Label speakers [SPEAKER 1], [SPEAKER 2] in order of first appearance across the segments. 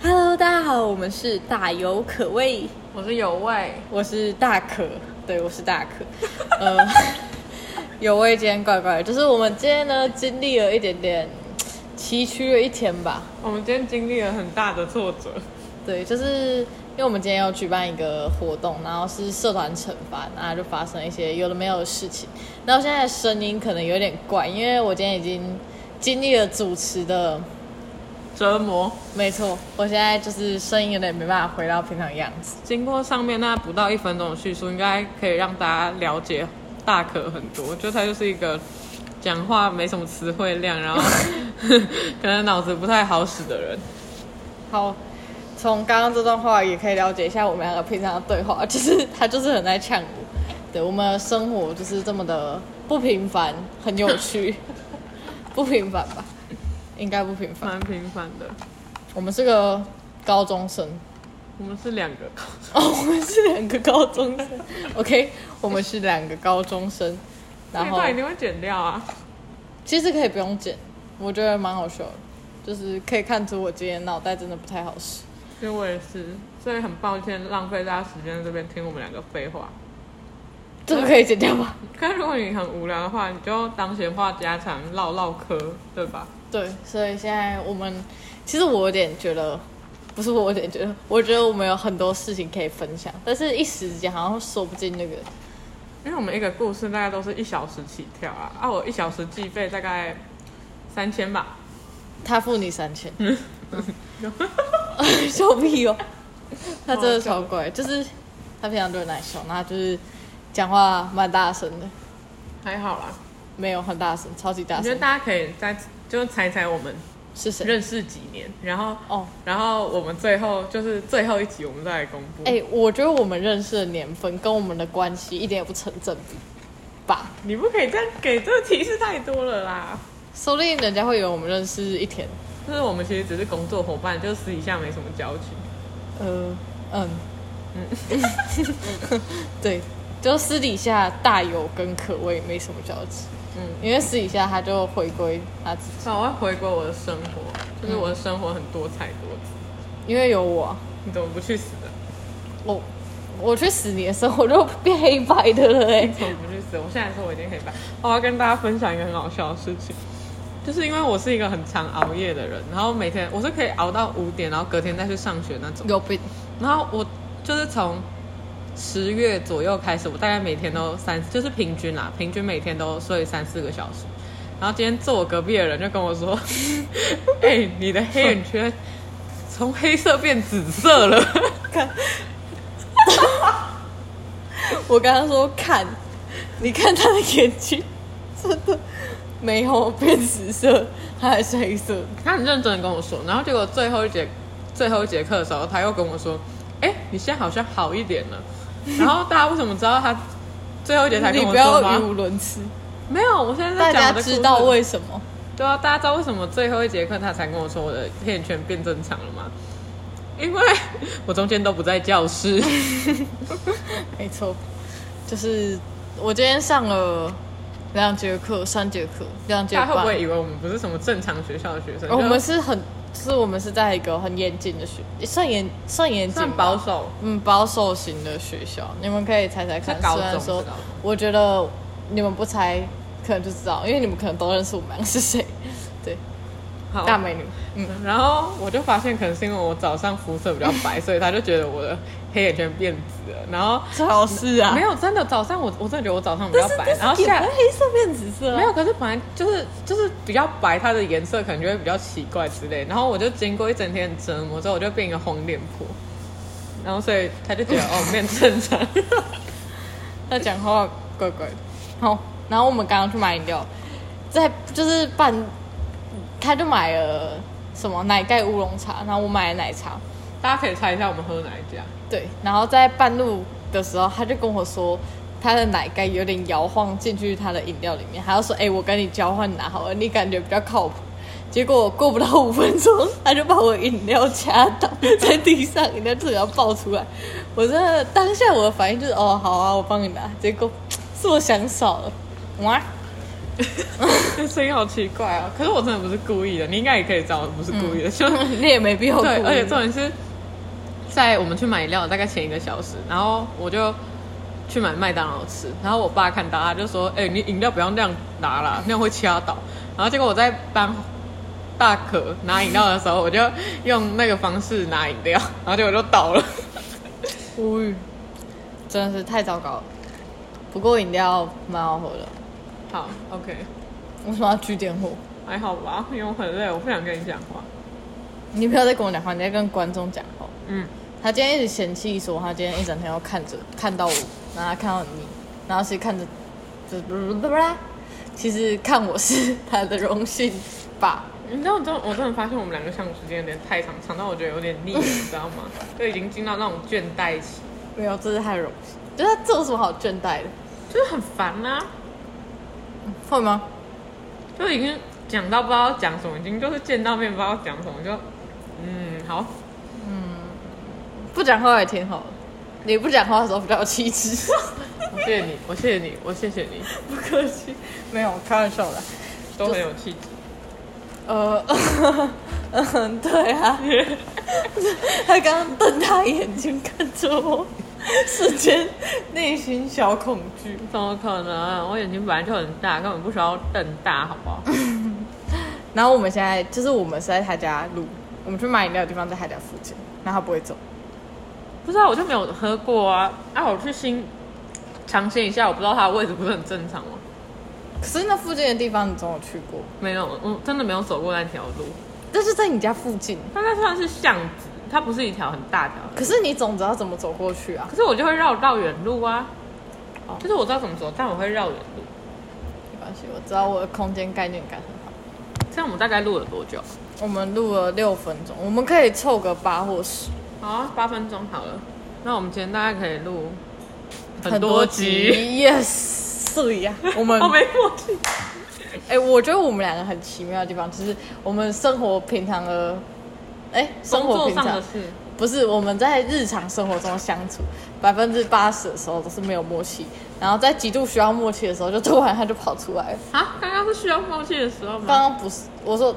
[SPEAKER 1] 喽，我们是大有可畏，
[SPEAKER 2] 我是有味，
[SPEAKER 1] 我是大可，对我是大可。呃， 有味今天怪怪的，就是我们今天呢经历了一点点嗯崎岖的一天吧。
[SPEAKER 2] 我们今天经历了很大的挫折，
[SPEAKER 1] 对，就是因为我们今天要举办一个活动，然后是社团惩罚，然后就发生了一些有的没有的事情。然后现在声音可能有点怪，因为我今天已经经历了主持的，
[SPEAKER 2] 折磨。
[SPEAKER 1] 没错，我现在就是声音有点没办法回到平常的样子。
[SPEAKER 2] 经过上面那不到一分钟的叙述，应该可以让大家了解大可很多。就他就是一个讲话没什么词汇量，然后 可能脑子不太好使的人。
[SPEAKER 1] 好，从刚刚这段话也可以了解一下我们两个平常的对话， 就是他就是很在呛我，对我们的生活就是这么的不平凡，很有趣， 不平凡吧？应该不平凡。
[SPEAKER 2] 蛮平凡 的。
[SPEAKER 1] 我们是个高中生，
[SPEAKER 2] 我们是两个高
[SPEAKER 1] 哦，我们是两个高中生，OK，我们是两个高中生，然后
[SPEAKER 2] 这一段一定会剪掉啊。
[SPEAKER 1] 其实可以不用剪，我觉得蛮好笑的，就是可以看出我今天脑袋真的不太好使。
[SPEAKER 2] 因为我也是，所以很抱歉浪费大家时间在这边听我们两个废话。
[SPEAKER 1] 这个可以剪掉吧？
[SPEAKER 2] 可是如果你很无聊的话，你就当闲话家常唠唠嗑，对吧？
[SPEAKER 1] 对，所以现在我们其实我有点觉得，不是我有点觉得，我觉得我们有很多事情可以分享，但是一时之间好像说不进那个。
[SPEAKER 2] 因为我们一个故事大概都是一小时起跳啊，啊，我一小时计费大概三千吧，
[SPEAKER 1] 他付你三千，
[SPEAKER 2] 嗯
[SPEAKER 1] 笑屁哦！ 他真的超乖，就是他平常都很难笑，然后他就是讲话蛮大声的，
[SPEAKER 2] 还好啦。
[SPEAKER 1] 没有很大声，超级大
[SPEAKER 2] 我觉得
[SPEAKER 1] 声。
[SPEAKER 2] 大家可以再就猜猜我们
[SPEAKER 1] 是谁？
[SPEAKER 2] 认识几年，然后
[SPEAKER 1] 哦，
[SPEAKER 2] 然后我们最后就是最后一集我们再来公布。
[SPEAKER 1] 哎、我觉得我们认识的年份跟我们的关系一点也不成正比吧？
[SPEAKER 2] 你不可以再给这个提示太多了啦。
[SPEAKER 1] 说不定人家会以为我们认识一天。
[SPEAKER 2] 就是我们其实只是工作伙伴，就私底下没什么交集。
[SPEAKER 1] 呃，嗯，
[SPEAKER 2] 嗯
[SPEAKER 1] 对，就私底下大有跟可畏没什么交集，
[SPEAKER 2] 嗯，
[SPEAKER 1] 因为私底下他就回归他自己，
[SPEAKER 2] 那我要回归我的生活，就是我的生活很多彩多姿。
[SPEAKER 1] 因为有我啊、
[SPEAKER 2] 你怎么不去死啊的？
[SPEAKER 1] 我我去死你的生活就变黑白的了哎、
[SPEAKER 2] 你怎么不去死？我现在说我已经可以办。我要跟大家分享一个很好笑的事情，就是因为我是一个很常熬夜的人，然后每天我是可以熬到五点，然后隔天再去上学那种。
[SPEAKER 1] 有病，
[SPEAKER 2] 然后我就是从十月左右开始，我大概每天都三，就是平均啦，平均每天都睡三四个小时。然后今天坐我隔壁的人就跟我说：“ 哎、你的黑眼圈从黑色变紫色了。
[SPEAKER 1] 我刚刚说看，你看他的眼睛，真的没有变紫色，他还是黑色的。”
[SPEAKER 2] 他很认真的跟我说，然后结果最后一节最后一节课的时候，他又跟我说：“哎、你现在好像好一点了。”然后大家为什么知道他最后一节才跟
[SPEAKER 1] 你
[SPEAKER 2] 我
[SPEAKER 1] 不
[SPEAKER 2] 说
[SPEAKER 1] 要语
[SPEAKER 2] 吗？
[SPEAKER 1] 无伦次，
[SPEAKER 2] 没有，我现在
[SPEAKER 1] 大
[SPEAKER 2] 在讲
[SPEAKER 1] 家
[SPEAKER 2] 我的故事
[SPEAKER 1] 知道为什么？
[SPEAKER 2] 对啊，大家知道为什么最后一节课他才跟我说我的黑眼圈变正常了吗？因为我中间都不在 教室，
[SPEAKER 1] 没错，就是我今天上了两节课，三节课，两节
[SPEAKER 2] 他
[SPEAKER 1] 班。
[SPEAKER 2] 会不会以为我们不是什么正常学校的学生？
[SPEAKER 1] 哦我们
[SPEAKER 2] 就是
[SPEAKER 1] 很，就是我们是在一个很严谨的学，算严算严谨
[SPEAKER 2] 算
[SPEAKER 1] 吧
[SPEAKER 2] 保，守，
[SPEAKER 1] 嗯，保守型的学校。你们可以猜猜看
[SPEAKER 2] 是，高
[SPEAKER 1] 虽然
[SPEAKER 2] 中
[SPEAKER 1] 说
[SPEAKER 2] 是高中
[SPEAKER 1] 我觉得你们不猜可能就知道，因为你们可能都认识我们两个是 谁。对，
[SPEAKER 2] 好
[SPEAKER 1] 大美女，嗯，
[SPEAKER 2] 然后我就发现，可能是因为我早上肤色比较白，所以他就觉得我的黑眼圈变紫了。然后
[SPEAKER 1] 超市啊
[SPEAKER 2] 没，有真的早上我我真的觉得我早上比较白，然后
[SPEAKER 1] 也
[SPEAKER 2] 下
[SPEAKER 1] 不会黑色变紫色啊，
[SPEAKER 2] 没有，可是本来就是就是比较白，它的颜色可能就会比较奇怪之类。然后我就经过一整天的折磨之后，我就变一个黄脸婆。然后所以他就觉得哦变正常，
[SPEAKER 1] 他讲话怪怪的。好，然后我们刚刚去买饮料，在就是办，他就买了什么奶盖乌龙茶，然后我买了奶茶，
[SPEAKER 2] 大家可以猜一下我们喝哪一家？
[SPEAKER 1] 对，然后在半路的时候，他就跟我说。他的奶盖有点摇晃进去他的饮料里面，还要说：“哎、我跟你交换拿好了，你感觉比较靠谱。”结果过不到五分钟，他就把我饮料掐倒在地上，饮料正要爆出来。我真的当下我的反应就是：“哦，好啊，我帮你拿。”结果是我想少了，哇！
[SPEAKER 2] 这声音好奇怪哦。可是我真的不是故意的，你应该也可以知道我不是故意的，就
[SPEAKER 1] 你也没必要
[SPEAKER 2] 对，
[SPEAKER 1] 故意
[SPEAKER 2] 而且重点是，在我们去买饮料大概前一个小时，然后我就去买麦当劳吃，然后我爸看到他就说：“哎、你饮料不要那样拿啦，那样会掐倒。”然后结果我在搬大可拿饮料的时候，我就用那个方式拿饮料，然后结果就倒 了。
[SPEAKER 1] 无语，真的是太糟糕了。不过饮料蛮好喝的，
[SPEAKER 2] 好，OK，
[SPEAKER 1] 为什么要去点火？
[SPEAKER 2] 还好吧，因为我很累，我不想跟你讲话。
[SPEAKER 1] 你不要再跟我讲话，你在跟观众讲话。
[SPEAKER 2] 嗯，
[SPEAKER 1] 他今天一直嫌弃说他今天一整天都看着看到我，然后他看到你，然后是看着， 这不不不其实看我是他的荣幸吧。
[SPEAKER 2] 你知道，我真的我真的发现我们两个相处时间有点太长，长到我觉得有点腻了，你知道吗？就已经进到那种倦怠期，
[SPEAKER 1] 没有，这是他的荣幸，就是他这有什么好倦怠的？
[SPEAKER 2] 就是很烦啊，
[SPEAKER 1] 会吗？
[SPEAKER 2] 就已经讲到不知道讲什么，已经就是见到面不知道讲什么，就嗯好，
[SPEAKER 1] 不讲话也挺好的，你不讲话的时候比较有气质。
[SPEAKER 2] 我谢 谢你，我谢谢你，我谢谢你，
[SPEAKER 1] 不客气，没有开玩笑的。
[SPEAKER 2] 都很有气质。
[SPEAKER 1] 呃，嗯，对啊，他刚刚瞪大眼睛看着我，瞬间内心小恐惧。
[SPEAKER 2] 怎么可能？我眼睛本来就很大，根本不需要瞪大，好不 好？
[SPEAKER 1] 然后我们现在就是我们是在他家录，我们去买饮料的地方在他家附近，然后他不会走。
[SPEAKER 2] 不知道，我就没有喝过啊。啊，我去新尝鲜一下，我不知道它的位置不是很正常吗？
[SPEAKER 1] 可是那附近的地方你总有去过，
[SPEAKER 2] 没有，我真的没有走过那条路。
[SPEAKER 1] 但是在你家附近，
[SPEAKER 2] 它那算是巷子，它不是一条很大条的。
[SPEAKER 1] 可是你总知道怎么走过去啊。
[SPEAKER 2] 可是我就会绕绕远路啊
[SPEAKER 1] 哦，
[SPEAKER 2] 就是我知道怎么走，但我会绕远路。
[SPEAKER 1] 没关系，我知道我的空间概念感很好。
[SPEAKER 2] 这样我们大概录了多久？
[SPEAKER 1] 我们录了六分钟，我们可以凑个八或十。
[SPEAKER 2] 好啊，八分钟好了。那我们今天大概可以录很集。
[SPEAKER 1] ，yes，对呀、 我们
[SPEAKER 2] 好没默契。
[SPEAKER 1] 哎、我觉得我们两个很奇妙的地方，就是我们生活平常的，哎、生
[SPEAKER 2] 工
[SPEAKER 1] 活
[SPEAKER 2] 作
[SPEAKER 1] 平
[SPEAKER 2] 上
[SPEAKER 1] 常
[SPEAKER 2] 的事，
[SPEAKER 1] 不是我们在日常生活中相处，百分之八十的时候都是没有默契，然后在极度需要默契的时候，就突然他就跑出来了。
[SPEAKER 2] 啊，刚刚是需要默契的时候
[SPEAKER 1] 刚
[SPEAKER 2] 吗？
[SPEAKER 1] 刚不是我说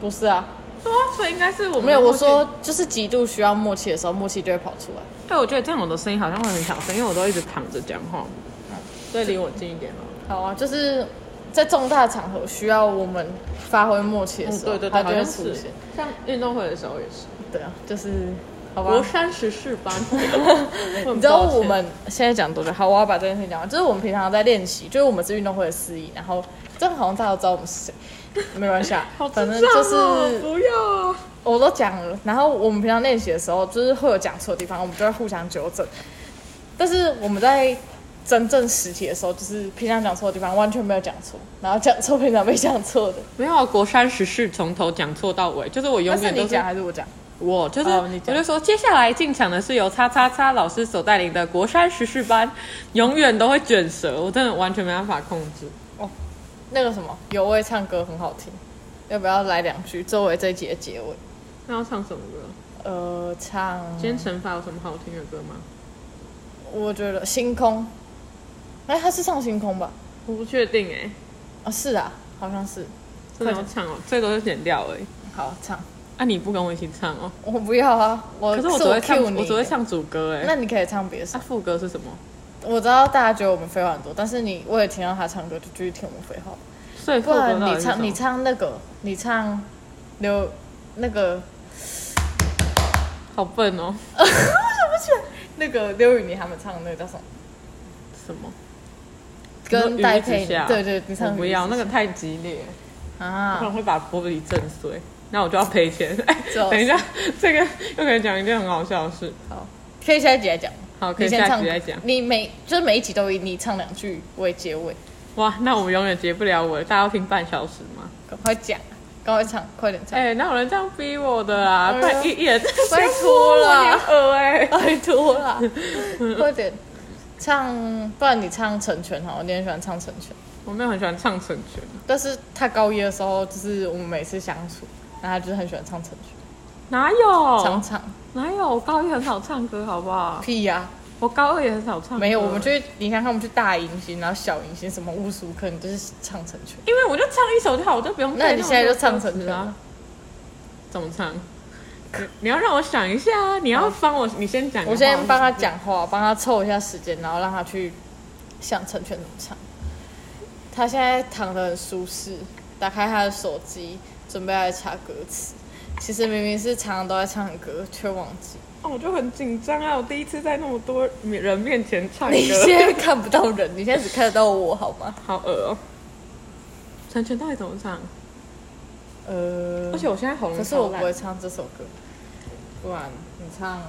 [SPEAKER 1] 不是啊，
[SPEAKER 2] 对啊，所以应该是我们
[SPEAKER 1] 没有，
[SPEAKER 2] 的
[SPEAKER 1] 我
[SPEAKER 2] 默契
[SPEAKER 1] 说就是极度需要默契的时候，默契就会跑出来。
[SPEAKER 2] 对，哎我觉得这样我的声音好像会很小声，因为我都一直躺着讲话。所以离我近一点哦。
[SPEAKER 1] 好啊，就是在重大场合需要我们发挥默契的时候，
[SPEAKER 2] 嗯对对对，
[SPEAKER 1] 它就
[SPEAKER 2] 好
[SPEAKER 1] 会
[SPEAKER 2] 像
[SPEAKER 1] 出
[SPEAKER 2] 是
[SPEAKER 1] 现。，
[SPEAKER 2] 像运动会的时候也是。
[SPEAKER 1] 对啊，就是好吧。啊
[SPEAKER 2] 国三十四班，
[SPEAKER 1] 你
[SPEAKER 2] 你
[SPEAKER 1] 知道我们现在讲多久？好，我要把这件事情讲完。就是我们平常在练习，就是我们是运动会的司仪，然后这个好像大家都知道我们是谁，没关 系啊
[SPEAKER 2] 好，
[SPEAKER 1] 反正
[SPEAKER 2] 智障
[SPEAKER 1] 就
[SPEAKER 2] 哦
[SPEAKER 1] 是
[SPEAKER 2] 不要啊，
[SPEAKER 1] 我都讲了。然后我们平常练习的时候，就是会有讲错的地方，我们就会互相纠正。但是我们在真正实体的时候，就是平常讲错的地方完全没有讲错，然后讲错平常被讲错的。
[SPEAKER 2] 没有啊国三十四从头讲错到尾，就是我永
[SPEAKER 1] 但是
[SPEAKER 2] 远都
[SPEAKER 1] 你
[SPEAKER 2] 是
[SPEAKER 1] 讲还是我讲？
[SPEAKER 2] 我就是、
[SPEAKER 1] 哦你
[SPEAKER 2] 我
[SPEAKER 1] 讲
[SPEAKER 2] 就说，接下来进场的是由叉叉叉老师所带领的国三十四班，永远都会卷舌，我真的完全没办法控制。
[SPEAKER 1] 那个什么，有位唱歌很好听，要不要来两句作为这一集的结尾？
[SPEAKER 2] 那要唱什么歌？
[SPEAKER 1] 呃，唱，
[SPEAKER 2] 今天惩罚有什么好听的歌吗？
[SPEAKER 1] 我觉得星空，哎、他是唱星空吧？
[SPEAKER 2] 我不确定哎、
[SPEAKER 1] 啊，是啊，好像是。
[SPEAKER 2] 真的要唱哦，最多就剪掉而已。
[SPEAKER 1] 好唱，
[SPEAKER 2] 啊，你不跟我一起唱哦？
[SPEAKER 1] 我不要啊，我
[SPEAKER 2] 可哦是我只会唱，
[SPEAKER 1] cue 你
[SPEAKER 2] 我只会。唱主歌哎。
[SPEAKER 1] 那你可以唱别的
[SPEAKER 2] 那、
[SPEAKER 1] 首。
[SPEAKER 2] 副歌是什么？
[SPEAKER 1] 我知道大家觉得我们废话很多，但是你为了听到他唱歌，就继续听我们废 话。
[SPEAKER 2] 所以副
[SPEAKER 1] 不
[SPEAKER 2] 歌
[SPEAKER 1] 然
[SPEAKER 2] 到底
[SPEAKER 1] 你
[SPEAKER 2] 是什
[SPEAKER 1] 唱
[SPEAKER 2] 么
[SPEAKER 1] 你唱那个，你唱刘那个
[SPEAKER 2] 好笨哦。
[SPEAKER 1] 那个刘宇宁他们唱的那个叫什么？
[SPEAKER 2] 什么？
[SPEAKER 1] 跟戴佩
[SPEAKER 2] 一下，
[SPEAKER 1] 对对，你
[SPEAKER 2] 我
[SPEAKER 1] 唱
[SPEAKER 2] 不要那个太激烈，
[SPEAKER 1] 个
[SPEAKER 2] 可
[SPEAKER 1] 啊
[SPEAKER 2] 能，会把玻璃震碎，那我就要赔钱。
[SPEAKER 1] 就是
[SPEAKER 2] 等一下，这个又可以讲一件很好笑的事。
[SPEAKER 1] 好，可以下一集来讲。
[SPEAKER 2] 好，可
[SPEAKER 1] 你
[SPEAKER 2] 以
[SPEAKER 1] 先
[SPEAKER 2] 下
[SPEAKER 1] 唱
[SPEAKER 2] 集再讲。
[SPEAKER 1] 你每就是每一集都以你唱两句为结尾，
[SPEAKER 2] 哇，那我们永远结不了尾，大家要听半小时吗？
[SPEAKER 1] 赶快讲，赶快唱，快点唱，
[SPEAKER 2] 哎、哪有人这样逼我的啦？
[SPEAKER 1] 哎呀
[SPEAKER 2] 快一眼，
[SPEAKER 1] 拜托啦
[SPEAKER 2] 呃哎，
[SPEAKER 1] 拜托啦， 快点唱，不然你唱成全好，我有点喜欢唱成全，
[SPEAKER 2] 我没有很喜欢唱成全，
[SPEAKER 1] 但是他高一的时候就是我们每次相处，然后他就是很喜欢唱成全，
[SPEAKER 2] 哪有？
[SPEAKER 1] 常唱
[SPEAKER 2] 哪有？我高一很少唱歌，好不好？
[SPEAKER 1] 屁呀、
[SPEAKER 2] 我高二也很少唱歌。
[SPEAKER 1] 没有，我们去你想看我们去大迎新，然后小迎新什么乌苏克，你就是唱成全，
[SPEAKER 2] 因为我就唱一首就好，我就不用背
[SPEAKER 1] 那你
[SPEAKER 2] 么
[SPEAKER 1] 现在就
[SPEAKER 2] 多歌
[SPEAKER 1] 唱成
[SPEAKER 2] 词
[SPEAKER 1] 全
[SPEAKER 2] 啊
[SPEAKER 1] 吧？
[SPEAKER 2] 怎么唱？你你要让我想一下啊，你要帮我，你先讲。
[SPEAKER 1] 我先帮他。讲话，帮他凑一下时间，然后让他去想成全农场。他现在躺得很舒适，打开他的手机，准备来查歌词。其实明明是常常都在唱歌，却忘记。
[SPEAKER 2] 哦，我就很紧张啊，我第一次在那么多人面前唱歌，
[SPEAKER 1] 你现在看不到人，你现在只看得到我，好吗？
[SPEAKER 2] 好恶哦。成全到底怎么唱？
[SPEAKER 1] 呃，
[SPEAKER 2] 而且我现在喉咙
[SPEAKER 1] 可是
[SPEAKER 2] 超
[SPEAKER 1] 我不
[SPEAKER 2] 烂
[SPEAKER 1] 会唱这首歌，不然你唱，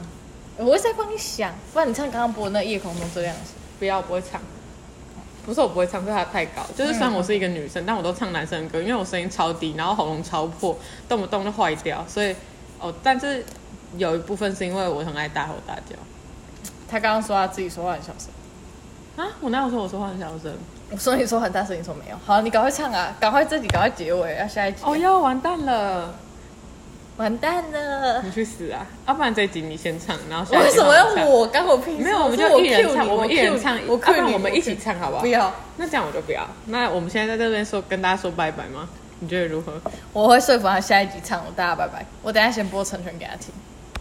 [SPEAKER 1] 我会再帮你想，不然你唱刚刚播的那《夜空中最亮的星
[SPEAKER 2] 不要，我不会唱。不是我不会唱，是它太高。 就是虽然我是一个女生，但我都唱男生的歌，因为我声音超低，然后喉咙超破，动不动就坏掉。所以，哦，但是有一部分是因为我很爱大吼大叫》。
[SPEAKER 1] 他刚刚说他自己说话很小声，
[SPEAKER 2] 啊！我哪有说我说话很小 声？
[SPEAKER 1] 我说你说很大声，你说没有。好，你赶快唱啊，赶快这集赶快结尾，要下一集。
[SPEAKER 2] 哦，要完蛋了！
[SPEAKER 1] 完蛋了！
[SPEAKER 2] 你去死啊！要、不然这一集你先唱，然后下一
[SPEAKER 1] 为
[SPEAKER 2] 集
[SPEAKER 1] 什
[SPEAKER 2] 换
[SPEAKER 1] 么
[SPEAKER 2] 我
[SPEAKER 1] 要
[SPEAKER 2] 唱？
[SPEAKER 1] 我干我屁事？
[SPEAKER 2] 没有，我们
[SPEAKER 1] 是
[SPEAKER 2] 就一人
[SPEAKER 1] cue
[SPEAKER 2] 唱，
[SPEAKER 1] 你
[SPEAKER 2] 我们一人
[SPEAKER 1] cue
[SPEAKER 2] 唱，啊
[SPEAKER 1] 我
[SPEAKER 2] 要不
[SPEAKER 1] cue
[SPEAKER 2] 然
[SPEAKER 1] 你
[SPEAKER 2] 我们一起
[SPEAKER 1] cue
[SPEAKER 2] 唱好不好？
[SPEAKER 1] 不。要，
[SPEAKER 2] 那这样我就不要。那我们现在在这边说跟大家说拜拜吗？你觉得如何？
[SPEAKER 1] 我会说服他下一集唱，我大家拜拜。我等一下先播成全给他听。